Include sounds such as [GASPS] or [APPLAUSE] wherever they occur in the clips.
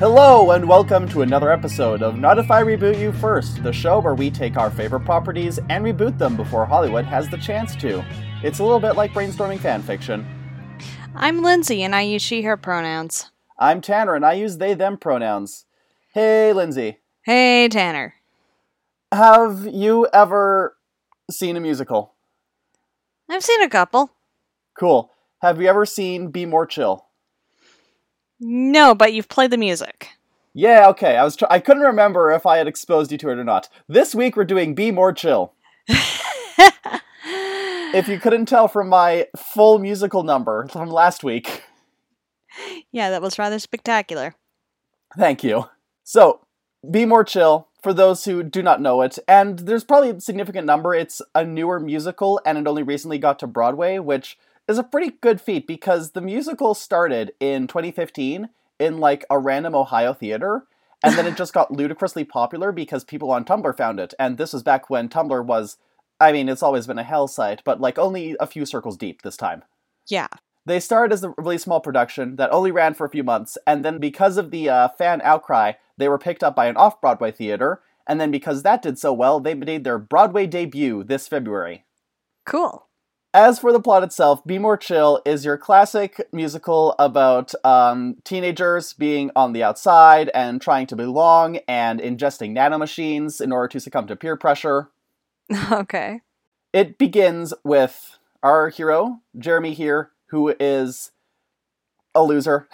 Hello, and welcome to another episode of Not If I Reboot You First, the show where we take our favorite properties and reboot them before Hollywood has the chance to. It's a little bit like brainstorming fanfiction. I'm Lindsay, and I use she, her pronouns. I'm Tanner, and I use they, them pronouns. Hey, Lindsay, Hey, Tanner. have you ever seen a musical? I've seen a couple. Cool. Have you ever seen Be More Chill? No, but you've played the music. Yeah, okay. I was tr- I couldn't remember if I had exposed you to it or not. This week we're doing Be More Chill. If you couldn't tell from my full musical number from last week, yeah, that was rather spectacular. thank you. So, Be More Chill for those who do not know it, and there's probably a significant number. It's a newer musical and it only recently got to Broadway, which is a pretty good feat because the musical started in 2015 in like a random Ohio theater, and then it just got ludicrously popular because people on Tumblr found it. And this was back when Tumblr was, I mean, it's always been a hell site, but like only a few circles deep this time. Yeah. They started as a really small production that only ran for a few months, and then because of the uh, fan outcry, they were picked up by an off Broadway theater, and then because that did so well, they made their Broadway debut this February. Cool. [LAUGHS] As for the plot itself, Be More Chill is your classic musical about um, teenagers being on the outside and trying to belong and ingesting nanomachines in order to succumb to peer pressure. okay. [LAUGHS] It begins with our hero, Jeremy here, who is a loser.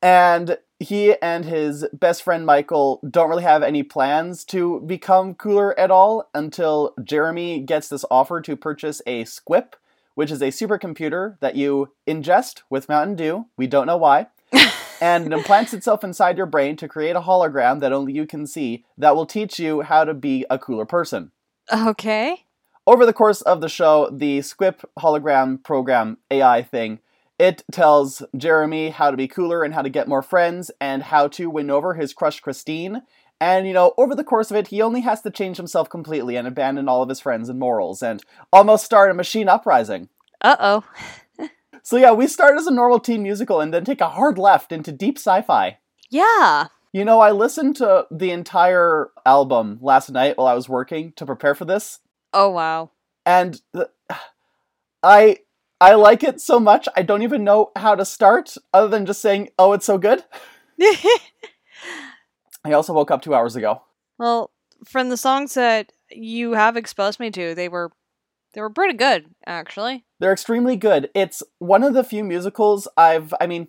and he and his best friend Michael don't really have any plans to become cooler at all until Jeremy gets this offer to purchase a Squip, which is a supercomputer that you ingest with Mountain Dew. We don't know why. and it implants itself inside your brain to create a hologram that only you can see that will teach you how to be a cooler person. okay. Over the course of the show, the Squip hologram program AI thing, it tells Jeremy how to be cooler and how to get more friends and how to win over his crush Christine. And you know, over the course of it, he only has to change himself completely and abandon all of his friends and morals and almost start a machine uprising. Uh oh. So yeah, we start as a normal teen musical and then take a hard left into deep sci-fi. Yeah. You know, I listened to the entire album last night while I was working to prepare for this. Oh, wow. [LAUGHS] and the, [SIGHS] I I like it so much. I don't even know how to start other than just saying, "Oh, it's so good." I also woke up 2 hours ago. well, from the songs that you have exposed me to, they were they were pretty good, actually. They're extremely good. It's one of the few musicals I've I mean,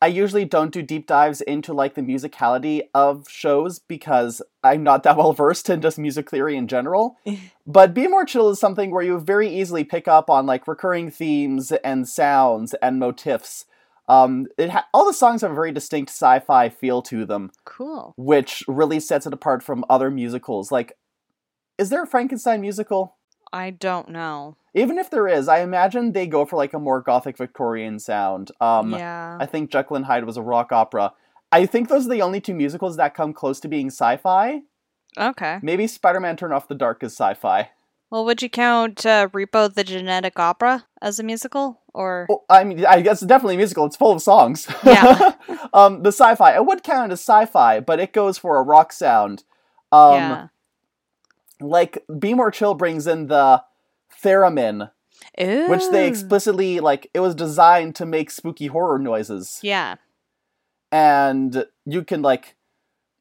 I usually don't do deep dives into like the musicality of shows because I'm not that [LAUGHS] well versed in just music theory in general. but Be More Chill is something where you very easily pick up on like recurring themes and sounds and motifs. Um, it ha- all the songs have a very distinct sci-fi feel to them, Cool. which really sets it apart from other musicals. Like, is there a Frankenstein musical? I don't know. Even if there is, I imagine they go for like a more gothic Victorian sound. Um, yeah. I think Jekyll and Hyde was a rock opera. I think those are the only two musicals that come close to [LAUGHS] being sci-fi. okay. Maybe Spider-Man: Turn Off the Dark is sci-fi. Well, would you count uh, Repo the Genetic Opera as a musical? Or Well, I mean, I guess it's definitely a musical. It's full of songs. Yeah. [LAUGHS] um, the sci-fi. It would count as sci-fi, but it goes for a rock sound. Um, yeah. Like Be More Chill brings in the theremin, which they Ooh. explicitly like. It was designed to make spooky horror noises. [LAUGHS] Yeah. and you can like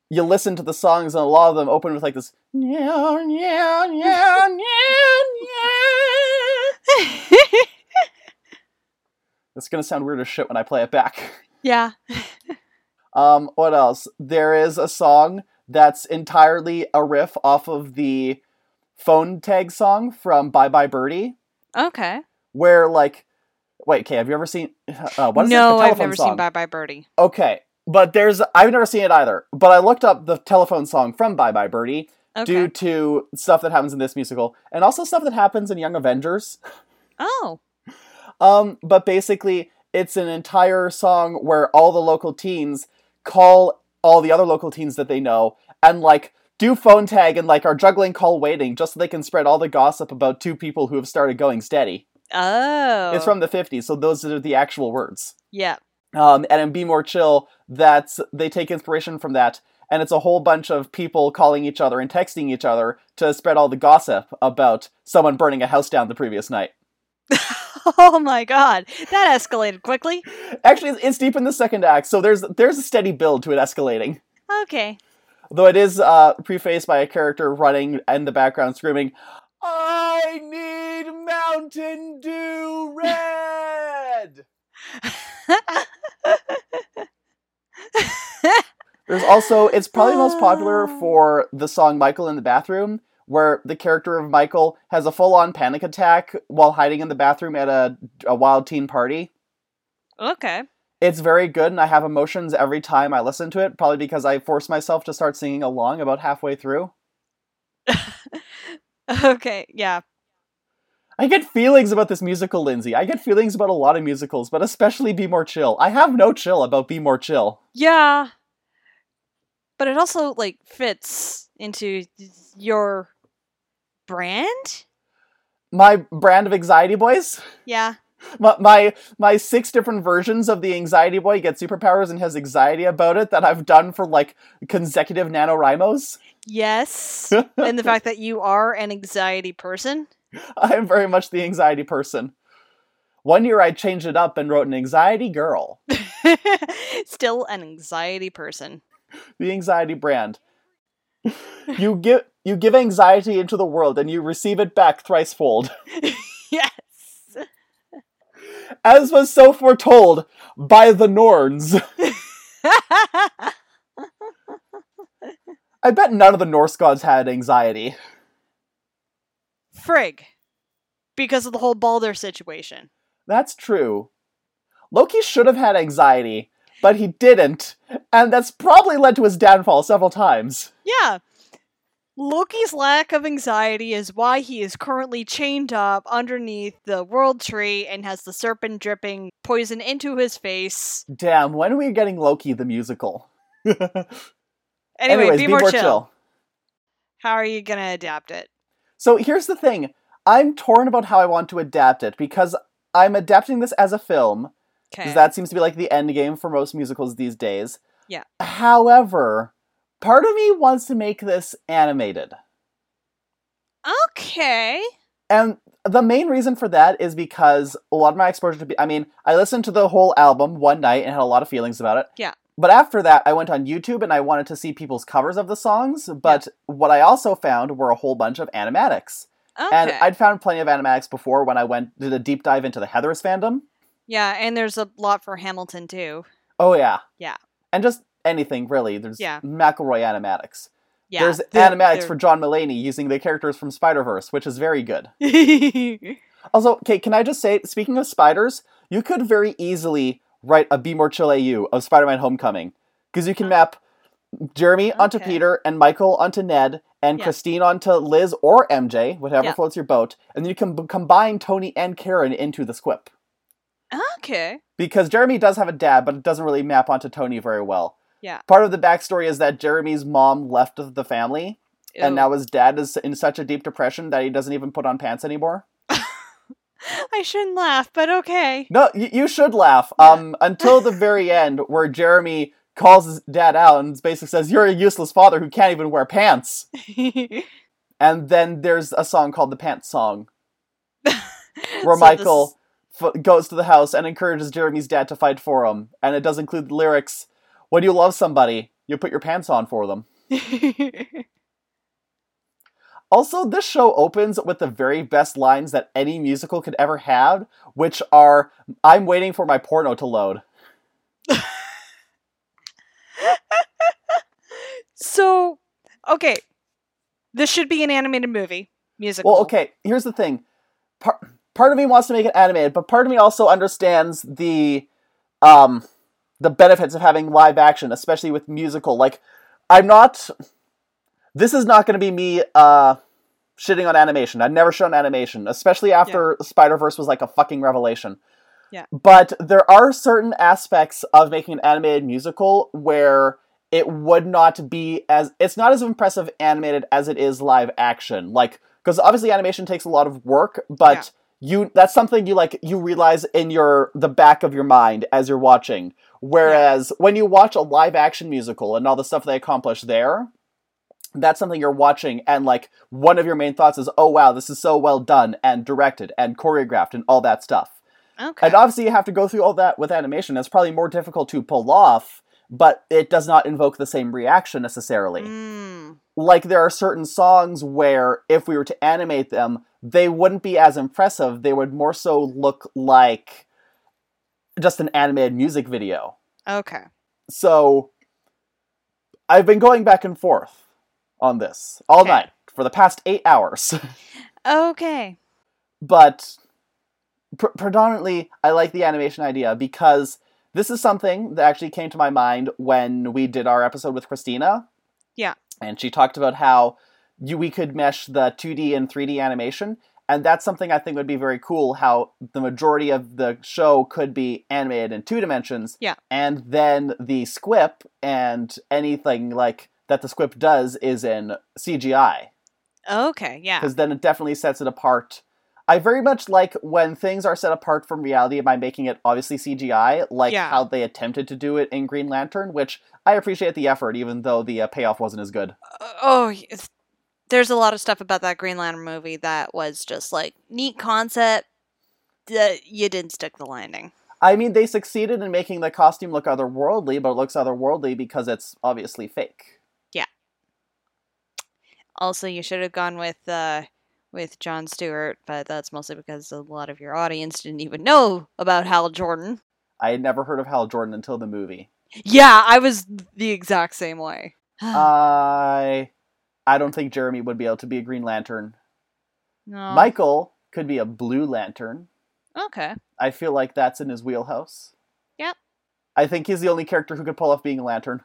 you listen to the songs and a lot of them open with like this "Meow, meow, [LAUGHS] meow, meow, meow." it's gonna sound weird as shit when i play it back [LAUGHS] yeah. um what else there is a song that's entirely a riff off of the phone tag song from bye bye birdie Okay. where like wait okay have you ever seen uh, what is it? no, the I've telephone never song. seen Bye Bye Birdie. Okay, but there's I've never seen it either. But I looked up the telephone song from Bye Bye Birdie Okay. due to stuff that happens in this musical and also stuff that happens in Young Avengers. Oh. Um, but basically, it's an entire song where all the local teens call all the other local teens that they know and like do phone tag and like are juggling call waiting just so they can spread all the gossip about two people who have started going steady. Oh. It's from the 50s, so those are the actual words. Yeah. Um, and in Be More Chill, that's they take inspiration from that, and it's a whole bunch of people calling each other and texting each other to spread all the gossip about someone burning a house down the previous night. [LAUGHS] oh my god, that escalated quickly. Actually, it's- it's deep in the second act, so there's there's a steady build to it escalating. Okay. [LAUGHS] Though it is uh, prefaced by a character running in the background screaming, "I need Mountain Dew Red." There's also it's probably most popular for the song Michael in the bathroom where the character of Michael has a full-on panic attack while hiding in the bathroom at a, a wild teen party. okay. It's very good and I have emotions every time I listen to it, probably because I force myself to start singing along about halfway through. Okay. Yeah. I get feelings about this musical, Lindsay. I get feelings about a lot of musicals, but especially Be More Chill. I have no chill about Be More Chill. Yeah. But it also like fits into your brand? My brand of anxiety boys? Yeah. my, my my six different versions of the anxiety boy gets superpowers and has anxiety about it that I've done for like consecutive NaNoWriMos. Yes. and the fact that you are an anxiety person. [LAUGHS] I'm very much the anxiety person. One year I changed it up and wrote an anxiety girl, [LAUGHS] Still an anxiety person. [LAUGHS] the anxiety brand. you give you give anxiety into the world and you receive it back thricefold. Yes. [LAUGHS] [LAUGHS] As was so foretold by the Norns. [LAUGHS] I bet none of the Norse gods had anxiety. Frigg. Because of the whole Balder situation. That's true. Loki should have had anxiety, but he didn't, and that's probably led to his downfall several times. Yeah. Loki's lack of anxiety is why he is currently chained up underneath the world tree and has the serpent dripping poison into his face. Damn, when are we getting Loki the musical? Anyway, be, more, chill. How are you going to adapt it? So here's the thing I'm torn about how I want to adapt it because I'm adapting this as a film, Okay. because that seems to be like the end game for most musicals these days. Yeah. However, part of me wants to make this animated. okay. And the main reason for that is because a lot of my exposure to, be- I mean, I listened to the whole album one night and had a lot of feelings about it. Yeah. But after that, I went on YouTube and I wanted to see people's covers of the songs. But what I also found were a whole bunch of animatics. Okay. And I'd found plenty of animatics before when I went did a deep dive into the Heather's fandom. yeah, and there's a lot for Hamilton too. Oh yeah. Yeah. And just anything really. There's Yeah. McElroy animatics. Yeah. There's they're- animatics they're- for John Mulaney using the characters from Spider Verse, which is very good. [LAUGHS] [LAUGHS] Also, okay, can I just say, speaking of spiders, you could very easily write a Be More Chill AU of Spider Man Homecoming. Because you can map Jeremy onto Oh. Okay. Peter and Michael onto Ned and Yeah. Christine onto Liz or MJ, whatever Yeah. floats your boat. And then you can b- combine Tony and Karen into the squip. okay. Because Jeremy does have a dad, but it doesn't really map onto Tony very well. Yeah. Part of the backstory is that Jeremy's mom left the family, and Ew. now his dad is in such a deep depression that he doesn't even put on pants anymore. [LAUGHS] I shouldn't laugh, but okay. [LAUGHS] No, you, you should laugh. Um, until the very end, where Jeremy calls his dad out and basically says, "You're a useless father who can't even wear pants." And then there's a song called the Pants Song, where So Michael f- goes to the house and encourages Jeremy's dad to fight for him, and it does include the lyrics, "When you love somebody, you put your pants on for them." this- [LAUGHS] Also, this show opens with the very best lines that any musical could ever have, which are, "I'm waiting for my porno to load." So, okay, this should be an animated movie musical. Well, okay. Here's the thing. Part, part of me wants to make it animated, but part of me also understands the um the benefits of having live action, especially with musical. Like, I'm not. This is not going to be me uh shitting on animation. I've never shown animation, especially after Spider Verse was like a fucking revelation. Yeah. But there are certain aspects of making an animated musical where it would not be as it's not as impressive animated as it is live action. Like because obviously animation takes a lot of work, but you that's something you like you realize in your the back of your mind as you're watching whereas when you watch a live action musical and all the stuff they accomplish there that's something you're watching and like one of your main thoughts is oh wow this is so well done and directed and choreographed and all that stuff Okay. and obviously you have to go through all that with animation that's probably more difficult to pull off but it does not invoke the same reaction necessarily Mm. like there are certain songs where if we were to animate them they wouldn't be as impressive they would more so look like just an animated music video Okay. so i've been going back and forth on this all Okay. night for the past eight hours [LAUGHS] Okay. but pr- predominantly i like the animation idea because this is something that actually came to my mind when we did our episode with christina Yeah. and she talked about how you, we could mesh the 2d and 3d animation and that's something i think would be very cool how the majority of the show could be animated in two dimensions Yeah. and then the squip and anything like that the squip does is in cgi Okay. Yeah. because then it definitely sets it apart. I very much like when things are set apart from reality by making it obviously CGI, like Yeah. how they attempted to do it in Green Lantern, which I appreciate the effort, even though the uh, payoff wasn't as good. Uh, oh, it's- there's a lot of stuff about that Green Lantern movie that was just like neat concept. That you didn't stick the landing. I mean, they succeeded in making the costume look otherworldly, but it looks otherworldly because it's obviously fake. Also, you should have gone with uh, with John Stewart, but that's mostly because a lot of your audience didn't even know about Hal Jordan. I had never heard of Hal Jordan until the [SIGHS] movie. Yeah, I was the exact same [SIGHS] way. Uh, I, I don't think Jeremy would be able to be a Green Lantern. no. Michael could be a Blue Lantern. Okay. I feel like that's in his wheelhouse. Yep. I think he's the only character who could pull off being a lantern.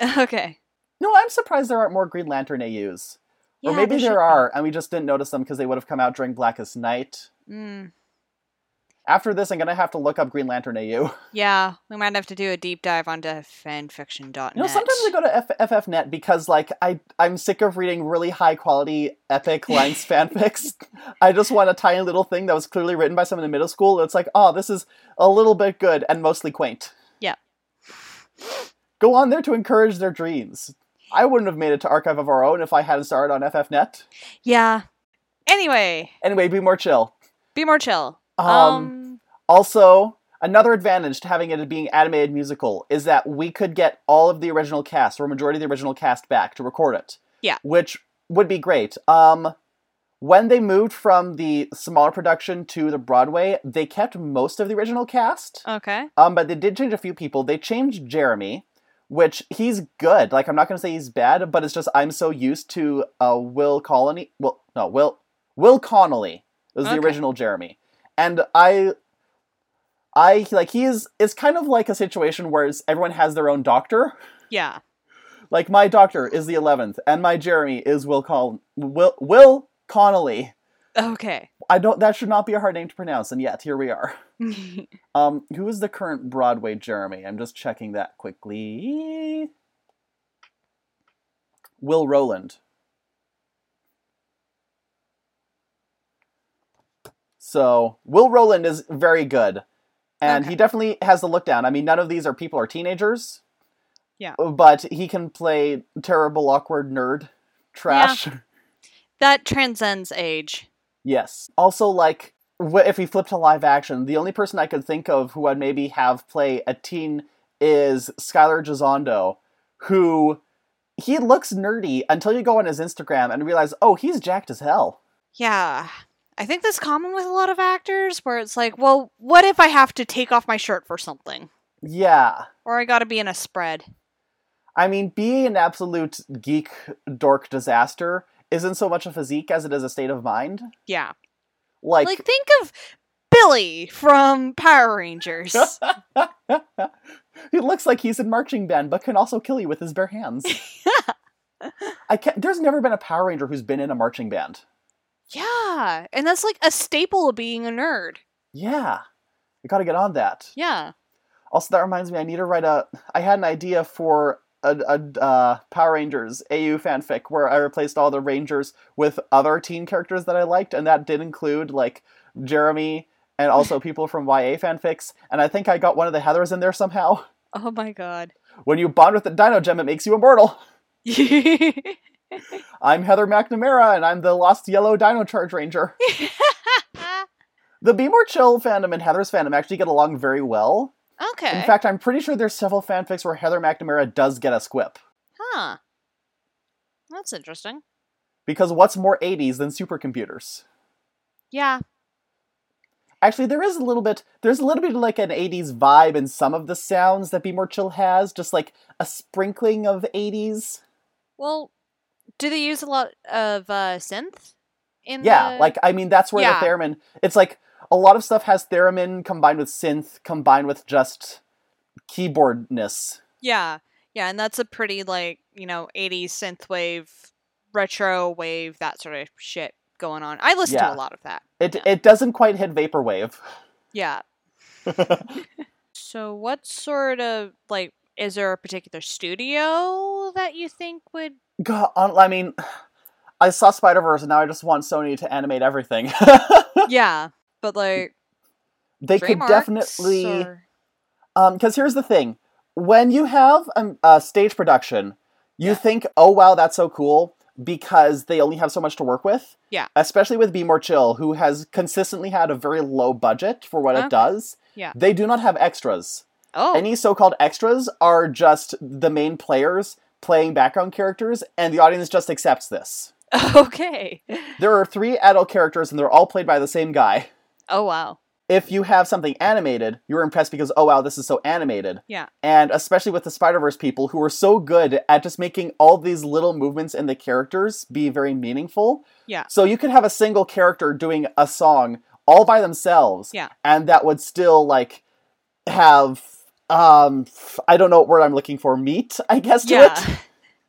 [LAUGHS] Okay. No, I'm surprised there aren't more Green Lantern AUs. or Yeah, maybe there, should be. are, and we just didn't notice them because they would have come out during Blackest Night. Mm, After this, I'm going to have to look up Green Lantern AU. yeah, we might have to do a deep dive onto fanfiction.net. You know, sometimes I go to F- FFNet because, like, I, I'm sick of reading really high quality [LAUGHS] epic lines fanfics. I just want a tiny little thing that was clearly written by someone in middle school. It's like, oh, this is a little bit good and mostly quaint. Yeah. Go on there to encourage their dreams. I wouldn't have made it to Archive of Our Own if I hadn't started on FFNet. Yeah. Anyway, Anyway, be more chill. be more chill. Um, Um, also, another advantage to having it being animated musical is that we could get all of the original cast or majority of the original cast back to record it. Yeah. Which would be great. Um when they moved from the smaller production to the Broadway, they kept most of the original cast. okay. Um, but they did change a few people. They changed Jeremy, which he's good. Like I'm not gonna say he's bad, but it's just I'm so used to uh, Will Colony. Well, no, Will Will Connolly was Okay. the original Jeremy, and I, I like he is. It's kind of like a situation where it's- everyone has their own doctor. Yeah. Like my doctor is the eleventh, and my Jeremy is Will Con Will Will Connolly. Okay. [LAUGHS] I don't. That should not be a hard name to pronounce, and yet here we are. Um, who is the current Broadway Jeremy? I'm just checking that quickly. Will Rowland. So Will Rowland is very good, and Okay. he definitely has the look down. I mean, none of these are people are teenagers. Yeah. But he can play terrible, awkward nerd trash. that transcends age. Yes. Also, like, wh- if we flip to live action, the only person I could think of who I'd maybe have play a teen is Skylar Gisondo, who he looks nerdy until you go on his Instagram and realize, oh, he's jacked as hell. Yeah. I think that's common with a lot of actors where it's like, well, what if I have to take off my shirt for something? Yeah. Or I gotta be in a spread. I mean, being an absolute geek dork disaster isn't so much a physique as it is a state of mind. Yeah. Like, Like, think of Billy from [LAUGHS] Power Rangers. he looks like he's in marching band, but can also kill you with his bare hands. I can't. There's never been a Power Ranger who's been in a marching band. yeah. And that's like a staple of being a nerd. Yeah, I gotta get on that. Yeah. Also, that reminds me, I need to write a. I had an idea for a, a uh, Power Rangers AU fanfic where I replaced all the Rangers with other teen characters that I liked, and that did include like Jeremy, and also people from YA fanfics, and I think I got one of the Heathers in there somehow. [LAUGHS] Oh my [LAUGHS] god. When you bond with the Dino Gem, it makes you immortal. [LAUGHS] I'm Heather McNamara, and I'm the Lost Yellow Dino Charge Ranger. [LAUGHS] The Be More Chill fandom and Heather's fandom actually get along very well. Okay. In fact, I'm pretty sure there's several fanfics where Heather McNamara does get a squip. huh. That's interesting. Because what's more 80s than supercomputers? Yeah. Actually, there is a little bit. There's a little bit of like an '80s vibe in some of the sounds that Be More Chill has, just like a sprinkling of '80s. Well, do they use a lot of uh, synth? In yeah, the- like I mean, that's where Mm, yeah. the theremin. It's like a lot of stuff has theremin combined with synth, combined with just keyboardness. yeah. yeah, and that's a pretty like you know '80s synth wave, retro wave, that sort of shit going on. I listen Yeah. to a lot of that. It Yeah. it doesn't quite hit vaporwave. [LAUGHS] Yeah. So, what sort of like is there a particular studio that you think would? [LAUGHS] God, hon- I mean, [SIGHS] I saw Spider Verse, and now I just want Sony to animate everything. [LAUGHS] yeah, but like they could DreamWorks definitely. or- because here's the thing when you have a, a stage production you think oh wow that's so cool because they only have so much to work with Yeah. especially with be more chill who has consistently had a very low budget for what Okay. it does Yeah. they do not have extras Oh, any so-called extras are just the main players playing background characters and the audience just accepts this [LAUGHS] okay. there are three adult characters and they're all played by the same guy Oh wow. if you have something animated, you're impressed because oh wow, this is so animated. Yeah. And especially with the Spider Verse people who are so good at just making all these little movements in the characters be very meaningful. Yeah. So you could have a single character doing a song all by themselves. Yeah. And that would still like have um I don't know what word I'm looking for, meat, I guess to yeah. [LAUGHS] it.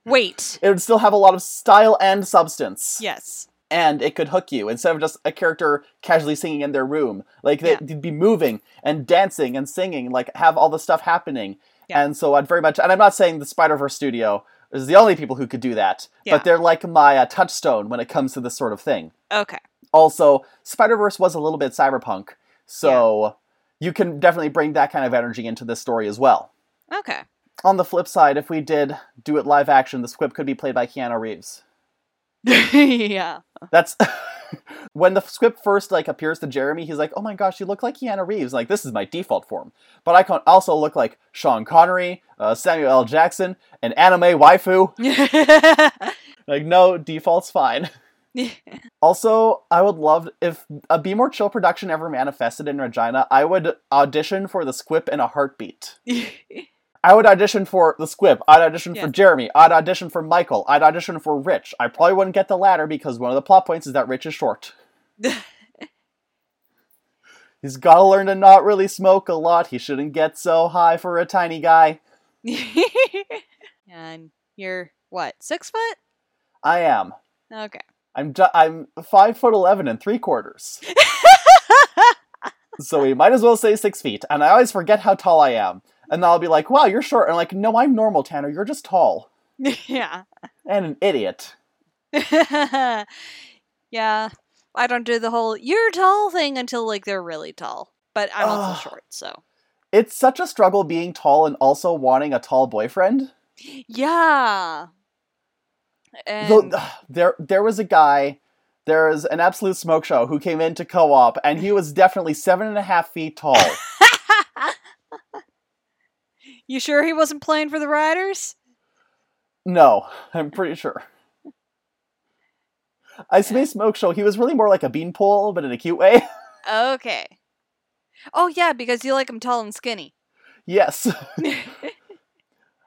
Wait. It would still have a lot of style and substance Yes. and it could hook you instead of just a character casually singing in their room. Like they, Yeah. would be moving and dancing and singing, like have all the stuff happening. Yeah. And so I'd very much, and I'm not saying the Spider Verse studio is the only people who could do that, Yeah. but they're like my uh, touchstone when it comes to this sort of thing. Okay. Also, Spider Verse was a little bit cyberpunk, so you can definitely bring that kind of energy into this story as well. Okay. [LAUGHS] On the flip side, if we did do it live action, the squib could be played by Keanu Reeves. [LAUGHS] yeah. [LAUGHS] That's when the script first like appears to Jeremy. He's like, "Oh my gosh, you look like Keanu Reeves. Like this is my default form, but I can also look like Sean Connery, uh, Samuel L. Jackson, an anime waifu. Like no default's fine." [LAUGHS] Also, I would love if a Be More Chill production ever manifested in Regina. I would audition for the Squip in a heartbeat. I would audition for the Squib. I'd audition Yeah. for Jeremy. I'd audition for Michael. I'd audition for Rich. I probably wouldn't get the latter because one of the plot points is that Rich is short. He's gotta learn to not really smoke a lot. He shouldn't get so high for a tiny guy. and you're what? Six foot? I am. Okay. I'm ju- I'm five foot eleven and three quarters. so we might as well say six feet. And I always forget how tall I am. And I'll be like, "Wow, you're short." And I'm like, "No, I'm normal, Tanner. You're just tall yeah. and an idiot." [LAUGHS] yeah. I don't do the whole you're tall thing until like they're really tall. But I'm also Ugh. short, so. It's such a struggle being tall and also wanting a tall boyfriend. Yeah. Though, And ugh, there there was a guy there was an absolute smoke show who came into co-op and he was definitely seven and a half feet tall you sure he wasn't playing for the Riders? no i'm pretty sure i say smoke show he was really more like a beanpole but in a cute way [LAUGHS] Okay. Oh yeah, because you like him tall and skinny. yes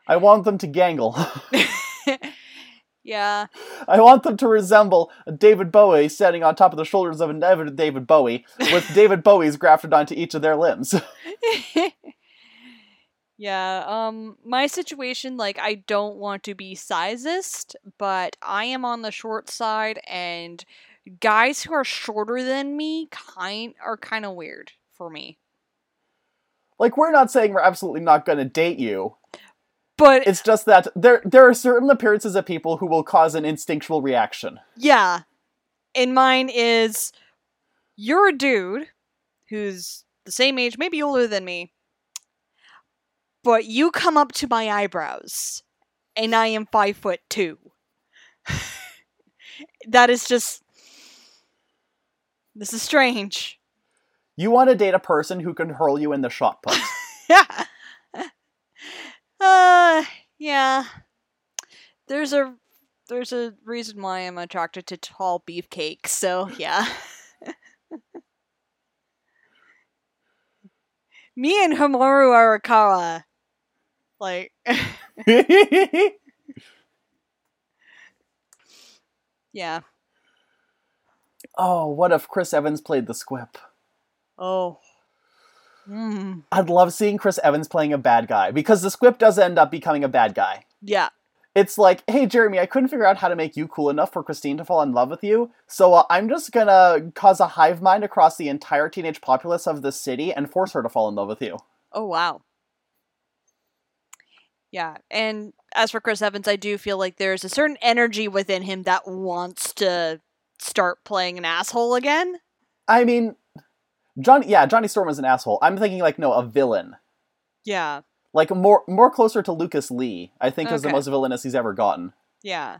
i want them to gangle [LAUGHS] yeah. i want them to resemble david bowie standing on top of the shoulders of another david bowie with david bowie's grafted onto each of their limbs [LAUGHS] [LAUGHS] yeah, um my situation like I don't want to be sizist, but I am on the short side and guys who are shorter than me kind are kind of weird for me. like we're not saying we're absolutely not going to date you But It's just that there there are certain appearances of people who will cause an instinctual reaction. yeah. And mine is you're a dude who's the same age, maybe older than me, but you come up to my eyebrows, and I am five foot two. [LAUGHS] that is just. This is strange. You want to date a person who can hurl you in the shot put. [LAUGHS] Yeah. uh, yeah. There's a there's a reason why I'm attracted to tall beefcakes. So yeah. [LAUGHS] Me and Hamaru Arakawa, like [LAUGHS] yeah. oh, what if Chris Evans played the Squip? Oh. Mm. I'd love seeing Chris Evans playing a bad guy because the Squip does end up becoming a bad guy. Yeah. It's like, hey, Jeremy, I couldn't figure out how to make you cool enough for Christine to fall in love with you, so uh, I'm just gonna cause a hive mind across the entire teenage populace of this city and force her to fall in love with you. Oh wow. Yeah, and as for Chris Evans, I do feel like there's a certain energy within him that wants to start playing an asshole again. I mean, John, yeah, Johnny Storm is an asshole. I'm thinking, like, no, a villain. Yeah. Like, more, more closer to Lucas Lee, I think, is the Okay. most villainous he's ever gotten. Yeah.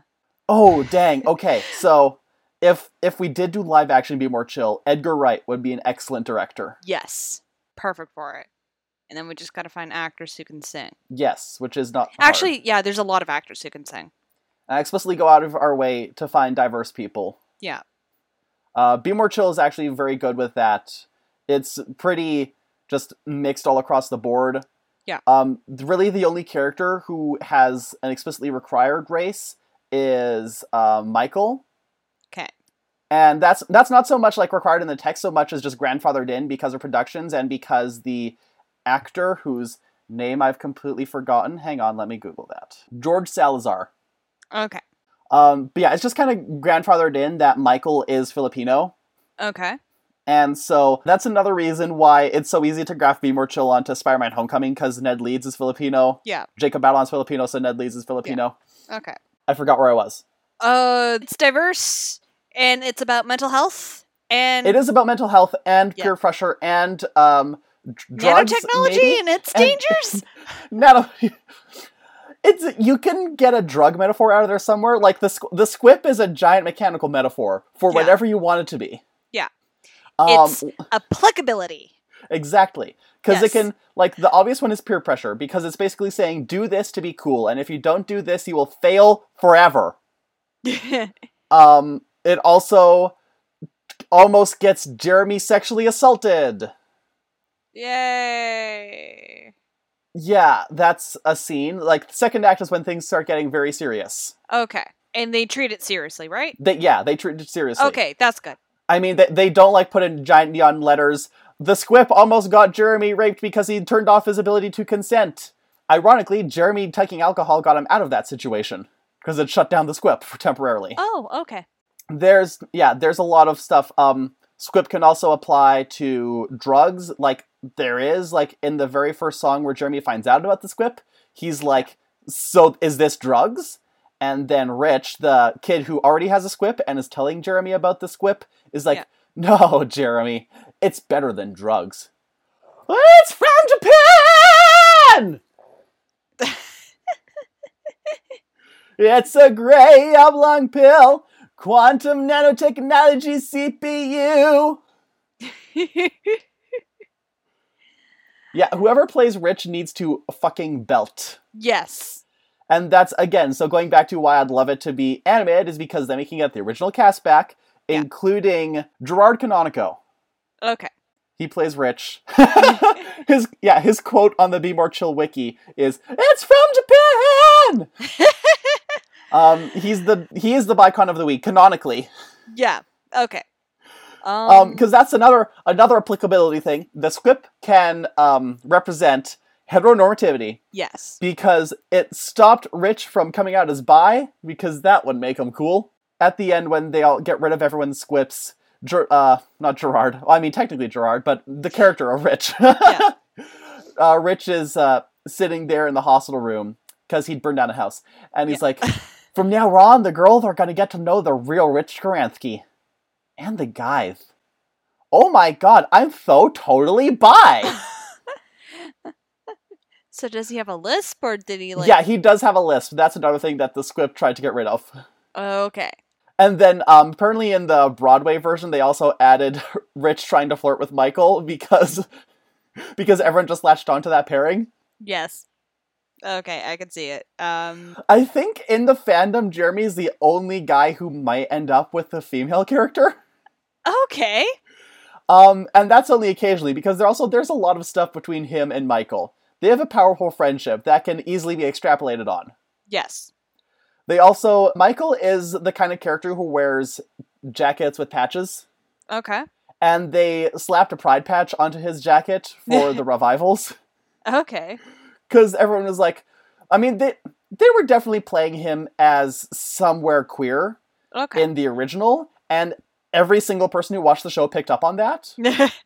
Oh, dang. Okay, so if if we did do live action Be More Chill, Edgar Wright would be an excellent director. Yes. Perfect for it. And then we just gotta find actors who can sing. Yes, which is not hard. Actually, yeah, there's a lot of actors who can sing. I explicitly go out of our way to find diverse people. Yeah. Uh, Be More Chill is actually very good with that. It's pretty just mixed all across the board. Yeah. Um, th- really, the only character who has an explicitly required race is uh, Michael. 'Kay. And that's that's not so much like required in the text so much as just grandfathered in because of productions and because the actor whose name I've completely forgotten. Hang on, let me Google that. George Salazar. Okay. Um, but yeah, it's just kind of grandfathered in that Michael is Filipino. Okay. And so that's another reason why it's so easy to graph Be More Chill onto Spider Man Homecoming because Ned Leeds is Filipino. Yeah. Jacob Batalon's Filipino, so Ned Leeds is Filipino. Okay. I forgot where I was. Uh, it's diverse and it's about mental health and It is about mental health and Yeah. peer pressure and um, dr- drugs. nanotechnology maybe? and its And- dangers. Nano. It's you can get a drug metaphor out of there somewhere. Like the squ- the squip is a giant mechanical metaphor for Yeah. whatever you want it to be. Yeah. [LAUGHS] Um, It's- Applicability. Exactly. Because Yes. it can, like, the obvious one is peer pressure, because it's basically saying, do this to be cool, and if you don't do this, you will fail forever. Um, it also almost gets Jeremy sexually assaulted. [LAUGHS] Yay. Yeah, that's a scene. Like, the second act is when things start getting very serious. Okay. And they treat it seriously, right? They, yeah, they treat it seriously. Okay, that's good. I mean, they, they don't, like, put in giant neon letters. The squip almost got Jeremy raped because he turned off his ability to consent. Ironically, Jeremy taking alcohol got him out of that situation because it shut down the squip for temporarily. Oh, okay. [LAUGHS] There's yeah, there's a lot of stuff. Um, squip can also apply to drugs. Like there is like in the very first song where Jeremy finds out about the squip, he's like, "So is this drugs?" And then Rich, the kid who already has a squip and is telling Jeremy about the squip, is like, Yeah. "No, [LAUGHS] Jeremy, it's better than drugs. It's from Japan. [LAUGHS] it's a gray oblong pill, quantum nanotechnology CPU." Yeah, whoever plays Rich needs to fucking belt. yes. And that's again, so going back to why I'd love it to be animated is because then we can get the original cast back, Yeah. including Gerard Canonico. Okay. He plays Rich. [LAUGHS] his yeah, his quote on the Be More Chill wiki is "It's from Japan." [LAUGHS] um, he's the he is the bicon of the week canonically, Yeah. Okay. um, because that's another another applicability thing. The squip can um represent heteronormativity [LAUGHS] yes. because it stopped Rich from coming out as bi because that would make him cool. At the end, when they all get rid of everyone's squips, Ger- uh, not Gerard. Well, I mean, technically Gerard, but the character of Rich. [LAUGHS] uh, Rich is uh, sitting there in the hospital room because he'd burned down a house, and he's like, "From now on, the girls are gonna get to know the real Rich Garansky, and the guys. oh my god, I'm so totally bi. So does he have a lisp or did he like yeah, he does have a lisp. That's another thing that the script tried to get rid of. Okay. And then um, apparently in the Broadway version, they also added [LAUGHS] Rich trying to flirt with Michael because [LAUGHS] because everyone just latched onto that pairing. Yes. Okay, I can see it. [GASPS] Um I think in the fandom, Jeremy's the only guy who might end up with a female [LAUGHS] character. okay. Um, and that's only occasionally because there also there's a lot of stuff between him and Michael. They have a powerful friendship that can easily be extrapolated on. Yes. They also Michael is the kind of character who wears jackets with patches, Okay. and they slapped a pride patch onto his jacket for the revivals Okay. because everyone was like, I mean they they were definitely playing him as somewhere queer Okay. in the original, and every single person who watched the show picked up on [LAUGHS] that.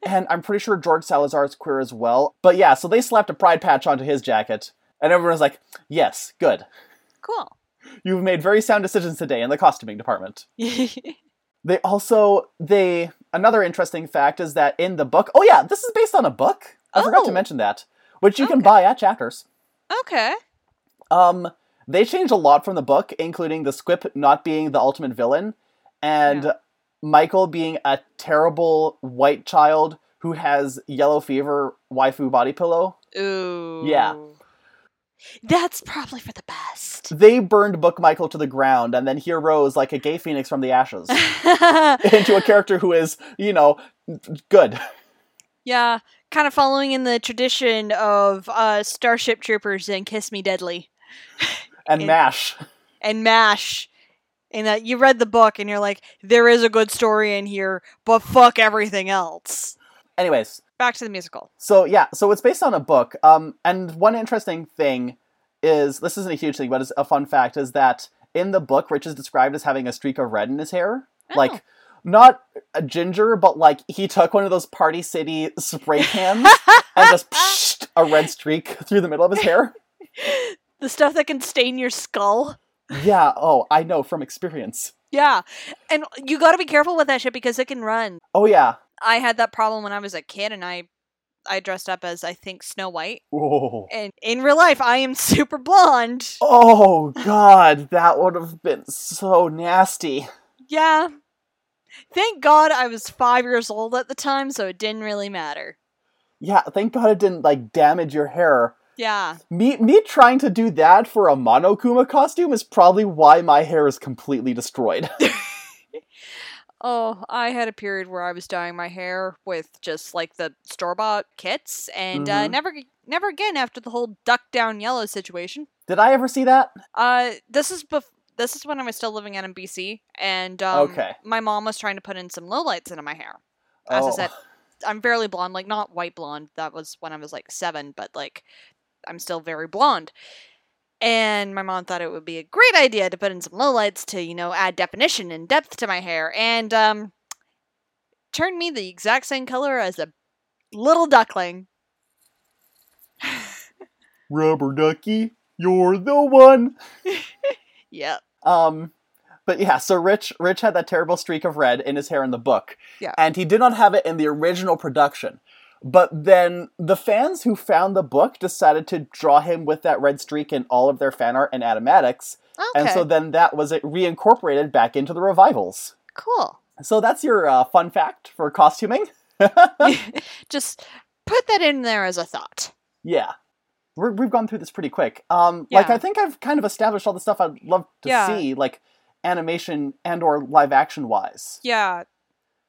And I'm pretty sure George Salazar is queer as well. But yeah, so they slapped a pride patch onto his jacket, and everyone was like, yes, good. cool. [LAUGHS] You've made very sound decisions today in the costuming department. They also they another interesting fact is that in the book. Oh yeah, this is based on a book. I forgot to Oh. mention that, which you can Okay. buy at Chapters. okay. Um, they changed a lot from the book, including the Squip not being the ultimate villain, and Yeah. Michael being a terrible white child who has yellow fever waifu body pillow. Ooh. That's probably for the best. They burned Book Michael to the ground, and then he arose like a gay phoenix from the [LAUGHS] [LAUGHS] ashes into a character who is, you know, good. yeah, kind of following in the tradition of uh, Starship Troopers and Kiss Me Deadly And And- Mash. and MASH. And that you read the book and you're like, there is a good story in here, but fuck everything else. Anyways, Back to the musical. So yeah, so it's based on a book. Um, and one interesting thing is this isn't a huge thing, but it's a fun fact is that in the book, Rich is described as having a streak of red in his hair, Oh. like not a ginger, but like he took one of those Party City spray cans and just psht, a red streak through the middle of his hair. the stuff that can stain your skull. Yeah. Oh, I know from experience. Yeah. And you got to be careful with that shit because it can run. Oh yeah. I had that problem when I was a kid and I I dressed up as I think Snow White. Oh. And in real life, I am [LAUGHS] super blonde. Oh God, that would have been so nasty. Yeah. Thank God I was 5 years old at the time, so it didn't really matter. Yeah. Thank God it didn't like damage your hair. Yeah. Me, me trying to do that for a Monokuma costume is probably why my hair is completely destroyed. [LAUGHS] Oh, I had a period where I was dyeing my hair with just like the store-bought kits and uh, Mhm. never never again after the whole duck down yellow situation. Did I ever see that? Uh, this is bef- this is when I was still living in BC, and um, Okay. my mom was trying to put in some lowlights into my hair. As I Oh. said, I'm fairly blonde, like not white blonde. That was when I was like seven, but like I'm still very blonde. And my mom thought it would be a great idea to put in some lowlights to you know add definition and depth to my hair, and um, turned me the exact same color as a little duckling. Rubber ducky, you're the one. Yep. Um, but yeah, so Rich, Rich had that terrible streak of red in his hair in the book. Yeah. And he did not have it in the original production. But then the fans who found the book decided to draw him with that red streak in all of their fan art and animatics. Okay. And so then that was it reincorporated back into the revivals. [LAUGHS] cool. [LAUGHS] So that's your uh, fun fact for costuming. [LAUGHS] Just put that in there as a thought. Yeah. We're, we've gone through this pretty quick. Um, Like, Yeah. I think I've kind of established all the stuff I'd love to Yeah. see, like animation and or live action wise. Yeah.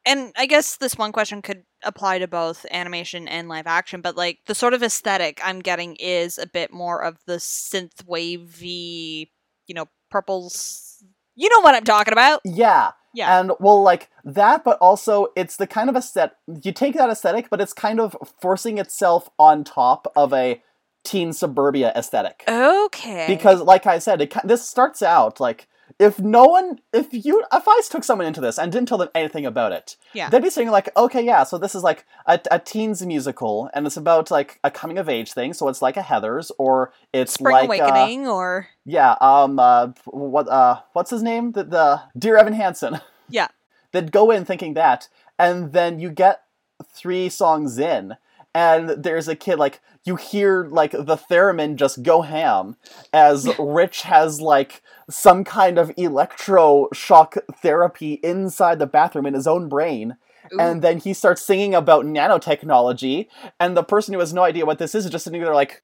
And I guess this one question could apply to both animation and live action, but like the sort of aesthetic I'm getting is a bit more of the synth wavy, you know, purples. You know what I'm talking about. Yeah. Yeah. And well, like that, but also it's the kind of aesthetic you take that aesthetic, but it's kind of forcing itself on top of a teen suburbia aesthetic. Okay. Because, like I said, it, ki- this starts out like if no one, if you, if I took someone into this and didn't tell them anything about it, Yeah. they'd be saying like, okay, yeah, so this is like a, a teens musical, and it's about like a coming of age thing, so it's like a Heather's, or it's Spring like, uh, Awakening or yeah, um, uh, what, uh, what's his name? The, the dear Evan Hansen. [LAUGHS] Yeah. They'd go in thinking that, and then you get three songs in and there's a kid like you hear like the theremin just go ham [LAUGHS] as rich has like some kind of electroshock therapy inside the bathroom in his own brain Ooh. and then he starts singing about nanotechnology and the person who has no idea what this is is just sitting there like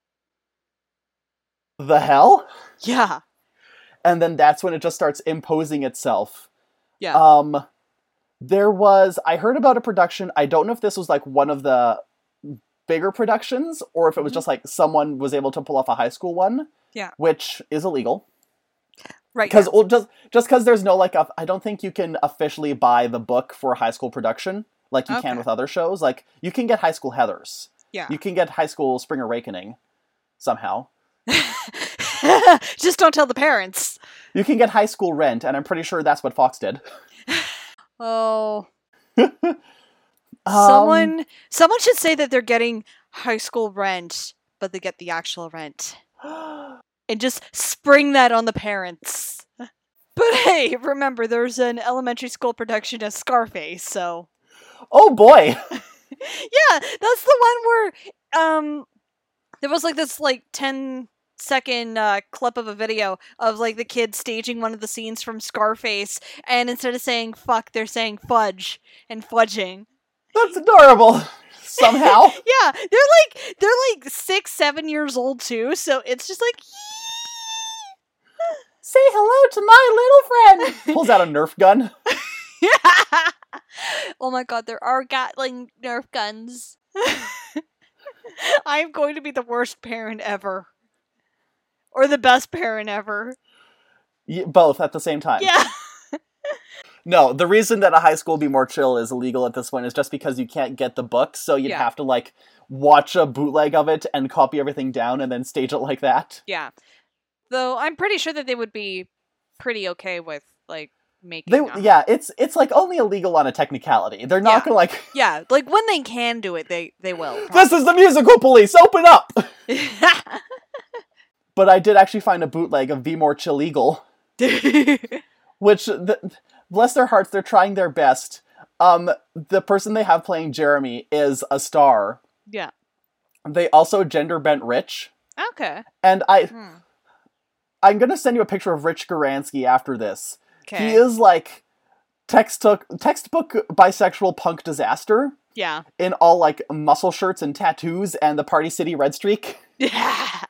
the hell Yeah. and then that's when it just starts imposing itself Yeah. um, there was I heard about a production. I don't know if this was like one of the bigger productions or if it was just like someone was able to pull off a high school one. Mm-hmm. Yeah. Which is illegal right. because just just because there's no like I I don't think you can officially buy the book for high school production like you Okay. can with other shows. Like you can get High School Heather's. Yeah. You can get High School Spring Awakening somehow. [LAUGHS] Just don't tell the parents. You can get High School Rent, and I'm pretty sure that's what Fox did. oh, Um, someone someone should say that they're getting high school rent, but they get the actual rent. Oh, And just spring that on the parents. [LAUGHS] But hey, remember there's an elementary school production of Scarface, so [LAUGHS] Oh boy. yeah, that's the one where um there was like this like 10 second uh, clip of a video of like the kid staging one of the scenes from Scarface and instead of saying fuck they're saying fudge and fudging. That's adorable. Somehow. Yeah, they're like they're like 6 7 years old too, so it's just like [LAUGHS] Say hello to my little friend. [LAUGHS] Pulls out a Nerf gun. [LAUGHS] oh my God! There are Gatling Nerf [LAUGHS] guns. I'm going to be the worst parent ever. Or the best parent ever. Y- Both at the same time. Yeah. No, the reason that a high school be more chill is illegal at this point is just because you can't get the book, so you'd Yeah. have to like watch a bootleg of it and copy everything down and then stage it like that. [LAUGHS] Yeah, though I'm pretty sure that they would be pretty okay with like making. They a- yeah, it's it's like only illegal on a technicality. They're not Yeah. gonna like yeah. Like when they can do it, they they [LAUGHS] will. this is the musical police, open up. But I did actually find a bootleg of Be More Chill Legal. which th- bless their hearts they're trying their best um the person they have playing jeremy is a star Yeah. they also gender bent rich okay. and i Hmm. i'm gonna send you a picture of rich Garansky after this Okay. he is like textbook textbook bisexual punk disaster yeah. in all like muscle shirts and tattoos and the party city red streak [LAUGHS] Yeah.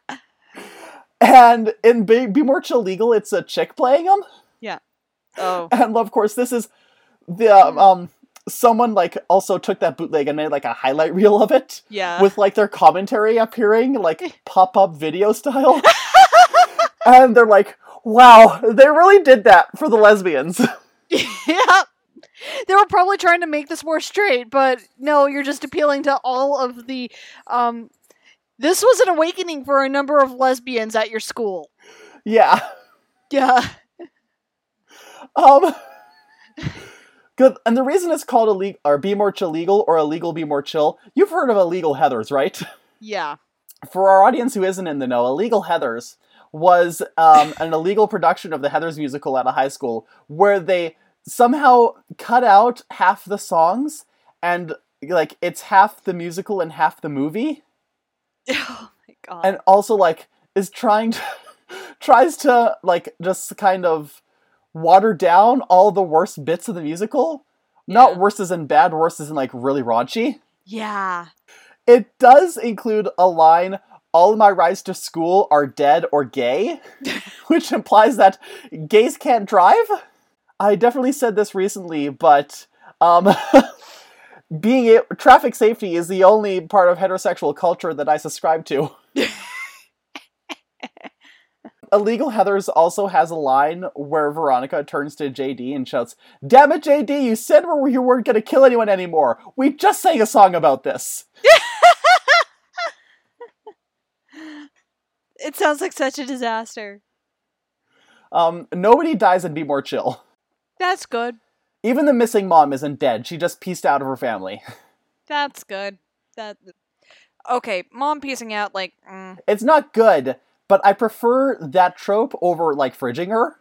and in be, be more chill legal it's a chick playing him [LAUGHS] oh. and of course this is the um, um someone like also took that bootleg and made like a highlight reel of it Uh. Yeah. with like their commentary appearing like pop-up video style and they're like wow they really did that for the lesbians [LAUGHS] [LAUGHS] yeah. They were probably trying to make this more straight, but no, you're just appealing to all of the um this was an awakening for a number of lesbians at your school. yeah Yeah. um good and the reason it's called illegal or be more chill legal or illegal be more chill you've heard of illegal heathers right Yeah. [LAUGHS] for our audience who isn't in the know, Illegal Heathers was um, an illegal production of the Heathers musical at a high school where they somehow cut out half the songs and like it's half the musical and half the movie oh my God. and also like is trying to [LAUGHS] tries to like just kind of water down all the worst bits of the musical not Yeah. worse as in bad worse as in like really raunchy [LAUGHS] Yeah. it does include a line, all my rides to school are dead or gay, [LAUGHS] which implies that gays can't drive. I definitely said this recently, but um, [LAUGHS] being it, traffic safety is the only part of heterosexual culture that I subscribe to. Illegal Heathers also has a line where Veronica turns to JD and shouts, Damn it, JD, you said we- you weren't going to kill anyone anymore. We just sang a song about this. It sounds like such a disaster. Um, nobody dies and be more chill. That's good. Even the missing mom isn't dead. She just pieced out of her family. [LAUGHS] That's good. That. Okay, mom piecing out like. Mm. It's not good, but I prefer that trope over like fridging her.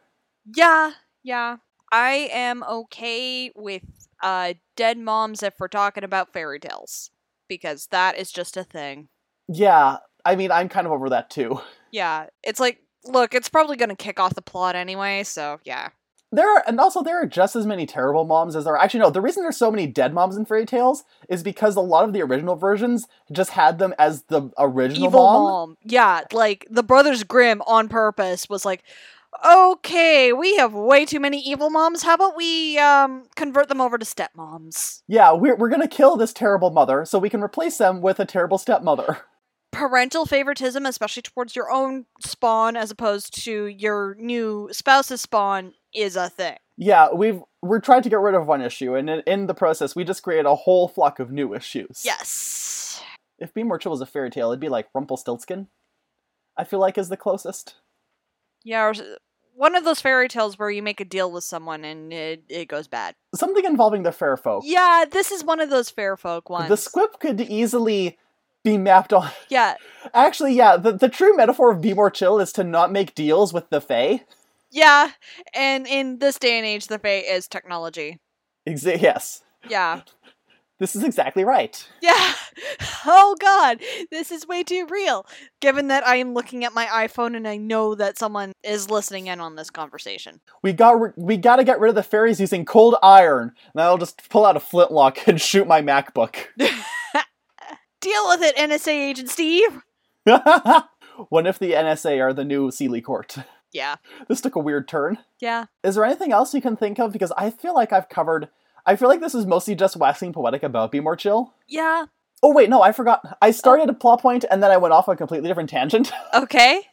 Yeah, yeah. I am okay with uh, dead moms if we're talking about fairy tales because that is just a thing. Yeah, I mean, I'm kind of over that too. Yeah, it's like, look, it's probably going to kick off the plot anyway, so yeah. There are, and also there are just as many terrible moms as there are. Actually, no. The reason there's so many dead moms in fairy tales is because a lot of the original versions just had them as the original Evil mom. mom. Yeah, like the Brothers Grimm on purpose was like, okay, we have way too many evil moms. How about we um, convert them over to stepmoms? Yeah, we're we're gonna kill this terrible mother so we can replace them with a terrible stepmother. [LAUGHS] parental favoritism, especially towards your own spawn as opposed to your new spouse's spawn, is a thing. Yeah, we've we're trying to get rid of one issue, and in, in the process, we just create a whole flock of new issues. Yes. If Be More Chill was a fairy tale, it'd be like Rumpelstiltskin. I feel like is the closest. Yeah, or s- one of those fairy tales where you make a deal with someone and it, it goes bad. Something involving the fair folk. Yeah, this is one of those fair folk ones. Oh. The squib could easily be mapped on. [LAUGHS] yeah, Actually, yeah, the, the true metaphor of Be More Chill is to not make deals with the Fae. yeah. And in this day and age, the fae is technology. Exa- yes, Yeah, this is exactly right. yeah. [LAUGHS] Oh God, this is way too real. Given that I am looking at my iPhone and I know that someone is listening in on this conversation. We got ri- we got to get rid of the fairies using cold iron, and I'll just pull out a flintlock [LAUGHS] and shoot my MacBook. [LAUGHS] Deal with it, NSA agent Steve. what if the NSA are the new Sealy Court? [LAUGHS] Yeah. This took a weird turn. Yeah. Is there anything else you can think of? Because I feel like I've covered. I feel like this is mostly just waxing poetic about Be More Chill. Yeah. Oh, wait, no, I forgot. I started a plot point and then I went off on a completely different tangent. [LAUGHS] Okay.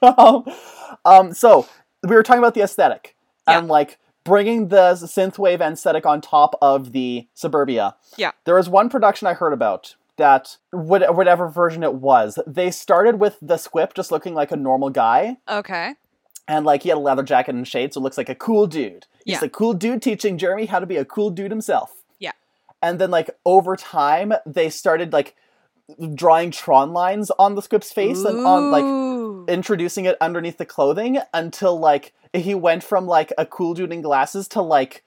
um, so, we were talking about the aesthetic and like bringing the synthwave aesthetic on top of the suburbia. Yeah. There was one production I heard about that, what- whatever version it was, they started with the squip just looking like a normal guy Okay. and like he had a leather jacket and shades, so looks like a cool dude. He's Yeah. the cool dude teaching Jeremy how to be a cool dude himself. Yeah. And then like over time, they started like drawing Tron lines on the script's face and on like Ooh. introducing it underneath the clothing until like he went from like a cool dude in glasses to like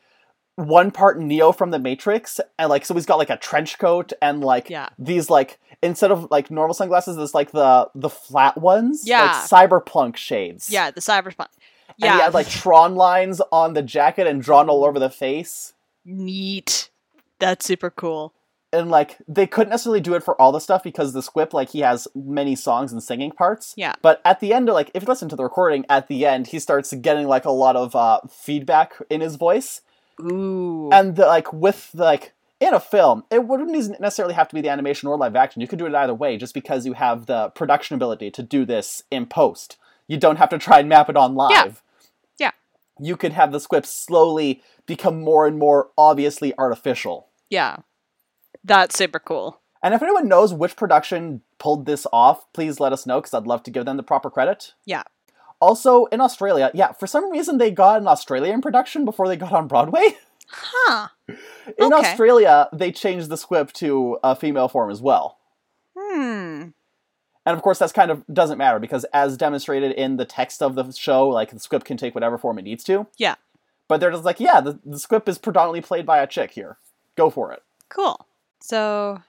one part Neo from the Matrix and like so he's got like a trench coat and like Yeah. these like instead of like normal sunglasses it's like the the flat ones Yeah. like cyberpunk shades Yeah, the cyberpunk. and Yeah. he had like Tron lines on the jacket and drawn all over the face. neat. That's super cool. And like they couldn't necessarily do it for all the stuff because the squip, like he has many songs and singing parts. Yeah. But at the end, like if you listen to the recording, at the end he starts getting like a lot of uh, feedback in his voice, Ooh. and the, like with like in a film, it wouldn't even necessarily have to be the animation or live action. You could do it either way, just because you have the production ability to do this in post. You don't have to try and map it on live. Yeah. Yeah. You could have the script slowly become more and more obviously artificial. yeah. That's super cool. And if anyone knows which production pulled this off, please let us know because I'd love to give them the proper credit. Yeah. Also, in Australia, yeah, for some reason they got an Australian production before they got on Broadway. Huh. In Okay. Australia, they changed the script to a female form as well. Hmm. And of course, that's kind of doesn't matter because, as demonstrated in the text of the show, like the script can take whatever form it needs to. Yeah. But they're just like, yeah, the, the script is predominantly played by a chick here. Go for it. Cool. So,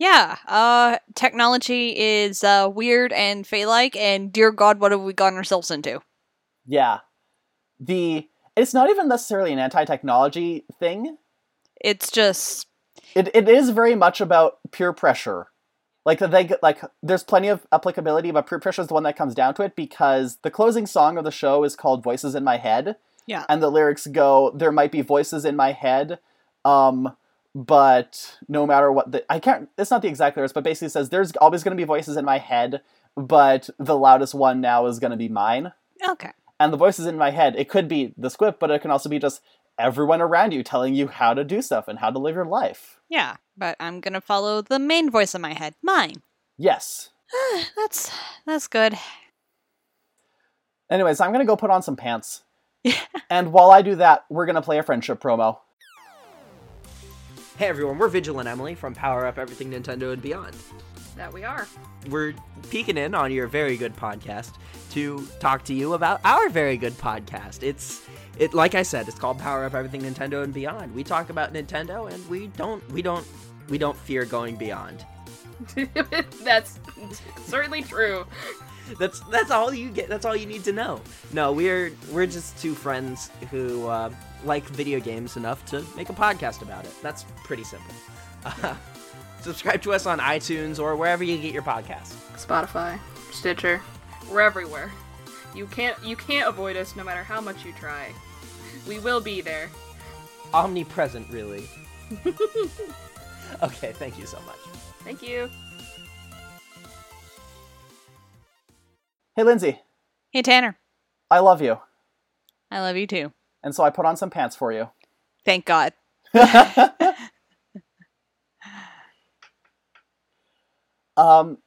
yeah, uh, technology is uh, weird and fey-like, and dear God, what have we gotten ourselves into? Yeah. The it's not even necessarily an anti-technology thing. It's just It it is very much about peer pressure. Like that they get- like there's plenty of applicability, but peer pressure is the one that comes down to it because the closing song of the show is called Voices in My Head. Yeah. And the lyrics go, There might be voices in my head. Um but no matter what the I can't it's not the exact lyrics, but basically says there's always gonna be voices in my head, but the loudest one now is gonna be mine okay. and the voices in my head it could be the script but it can also be just everyone around you telling you how to do stuff and how to live your life Yeah, but I'm gonna follow the main voice in my head, mine. yes that's that's good. anyways i'm gonna go put on some pants Yeah. and while i do that we're gonna play a friendship promo Hey everyone, we're Vigil and Emily from Power Up Everything Nintendo and Beyond. That we are. We're peeking in on your very good podcast to talk to you about our very good podcast. It's it like I said, it's called Power Up Everything Nintendo and Beyond. We talk about Nintendo and we don't we don't we don't fear going beyond. [LAUGHS] That's certainly true. That's that's all you get. That's all you need to know. No, we're we're just two friends who uh, like video games enough to make a podcast about it. That's pretty simple. [LAUGHS] Uh, subscribe to us on iTunes or wherever you get your podcasts. Spotify, Stitcher, we're everywhere. You can't you can't avoid us no matter how much you try. We will be there. Omnipresent, really. [LAUGHS] okay, thank you so much. Thank you. Hey, Lindsay, Hey, Tanner. I love you. I love you too. And so I put on some pants for you. Thank God. um,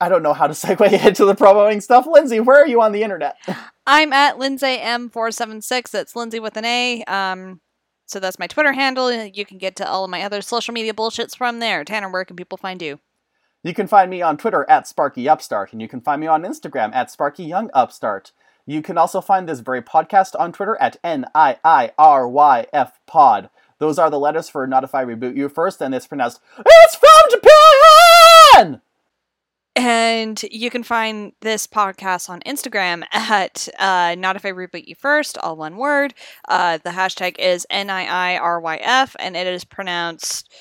I don't know how to [LAUGHS] segue into the promoting stuff. Lindsay, where are you on the internet? [LAUGHS] I'm at Lindsay M476. That's Lindsay with an A. Um, so that's my Twitter handle. You can get to all of my other social media bullshits from there. Tanner, where can people find you? You can find me on Twitter at SparkyUpstart, and you can find me on Instagram at SparkyYoungUpstart. You can also find this very podcast on Twitter at NIIRYF Pod. Those are the letters for not if I reboot you first, and it's pronounced It's from Japan! And you can find this podcast on Instagram at uh, Not If I Reboot You First, all one word. Uh, the hashtag is NIIRYF, and it is pronounced.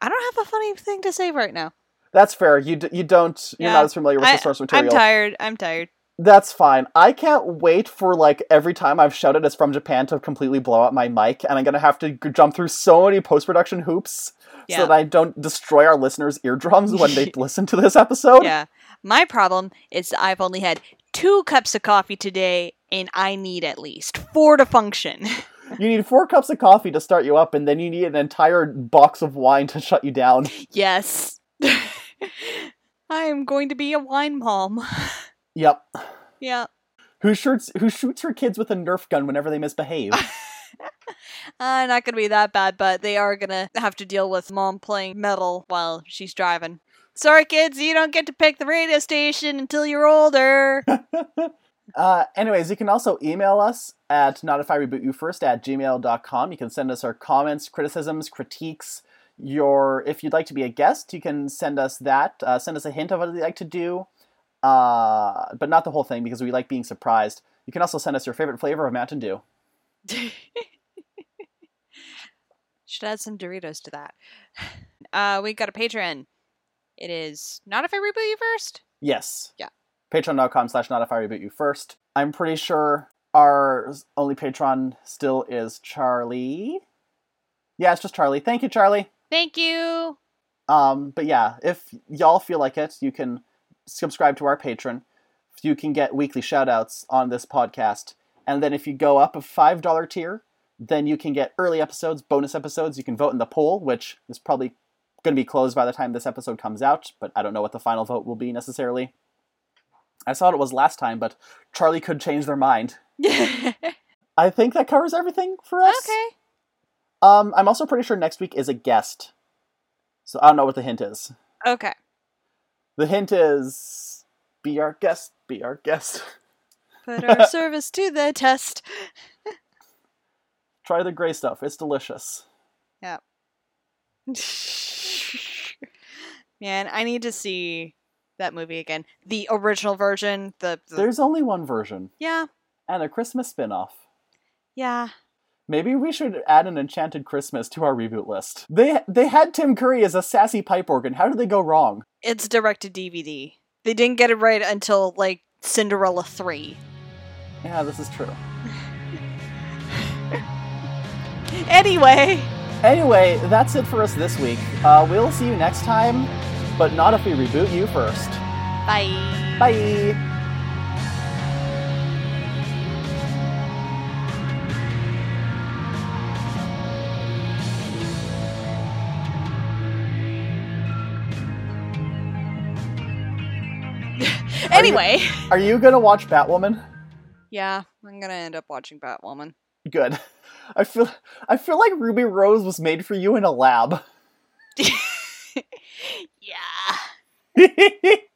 I don't have a funny thing to say right now. That's fair. You, d- you don't, you're Yeah. not as familiar with the source I'm material. tired. I'm tired. That's fine. I can't wait for like every time I've shouted it's from Japan to completely blow out my mic, and I'm gonna have to g- jump through so many post production hoops Yeah. so that I don't destroy our listeners' eardrums when [LAUGHS] they listen to this episode. Yeah. My problem is I've only had two cups of coffee today, and I need at least four to function. [LAUGHS] You need four cups of coffee to start you up, and then you need an entire box of wine to shut you [LAUGHS] down. yes. I am going to be a wine mom. [LAUGHS] Yep. yeah. Who shoots who shoots her kids with a Nerf gun whenever they misbehave? Uh, not gonna be that bad, but they are gonna have to deal with mom playing metal while she's driving. Sorry, kids, you don't get to pick the radio station until you're older. [LAUGHS] Uh, anyways, you can also email us at not if I reboot you first at gmail.com. You can send us our comments, criticisms, critiques. Your if you'd like to be a guest, you can send us that. Uh, send us a hint of what you'd like to do, uh, but not the whole thing because we like being surprised. You can also send us your favorite flavor of Mountain Dew. Should add some Doritos to that. [SIGHS] Uh, we got a Patreon. It is not if I reboot you first. Yes. Yeah. Patreon.com slash not if I reboot you first. I'm pretty sure our only patron still is Charlie. Yeah, it's just Charlie. Thank you, Charlie. Thank you. [LAUGHS] Um, but yeah, if y'all feel like it, you can subscribe to our patron. You can get weekly shoutouts on this podcast. And then if you go up a $5 tier, then you can get early episodes, bonus episodes. You can vote in the poll, which is probably going to be closed by the time this episode comes out, but I don't know what the final vote will be necessarily. I saw it was last time, but Charlie could change their mind. okay. I think that covers everything for us. Um, I'm also pretty sure next week is a guest. So I don't know what the hint is. Okay. The hint is be our guest, be our guest. [LAUGHS] Put our service to the test. Try the gray stuff, it's delicious. Man, I need to see that movie again. The original version. The, the There's only one version yeah, and a Christmas spin off. yeah. Maybe we should add an Enchanted Christmas to our reboot list. They they had Tim Curry as a sassy pipe organ. How did they go wrong? It's direct to DVD. They didn't get it right until like Cinderella three. Yeah, this is true. Anyway. Anyway, that's it for us this week. Uh, we'll see you next time, but not if we reboot you first. Bye. Bye. Anyway. [LAUGHS] Are you gonna watch Batwoman? Yeah, I'm gonna end up watching Batwoman. Good. [LAUGHS] I feel I feel like Ruby Rose was made for you in a lab. yeah. it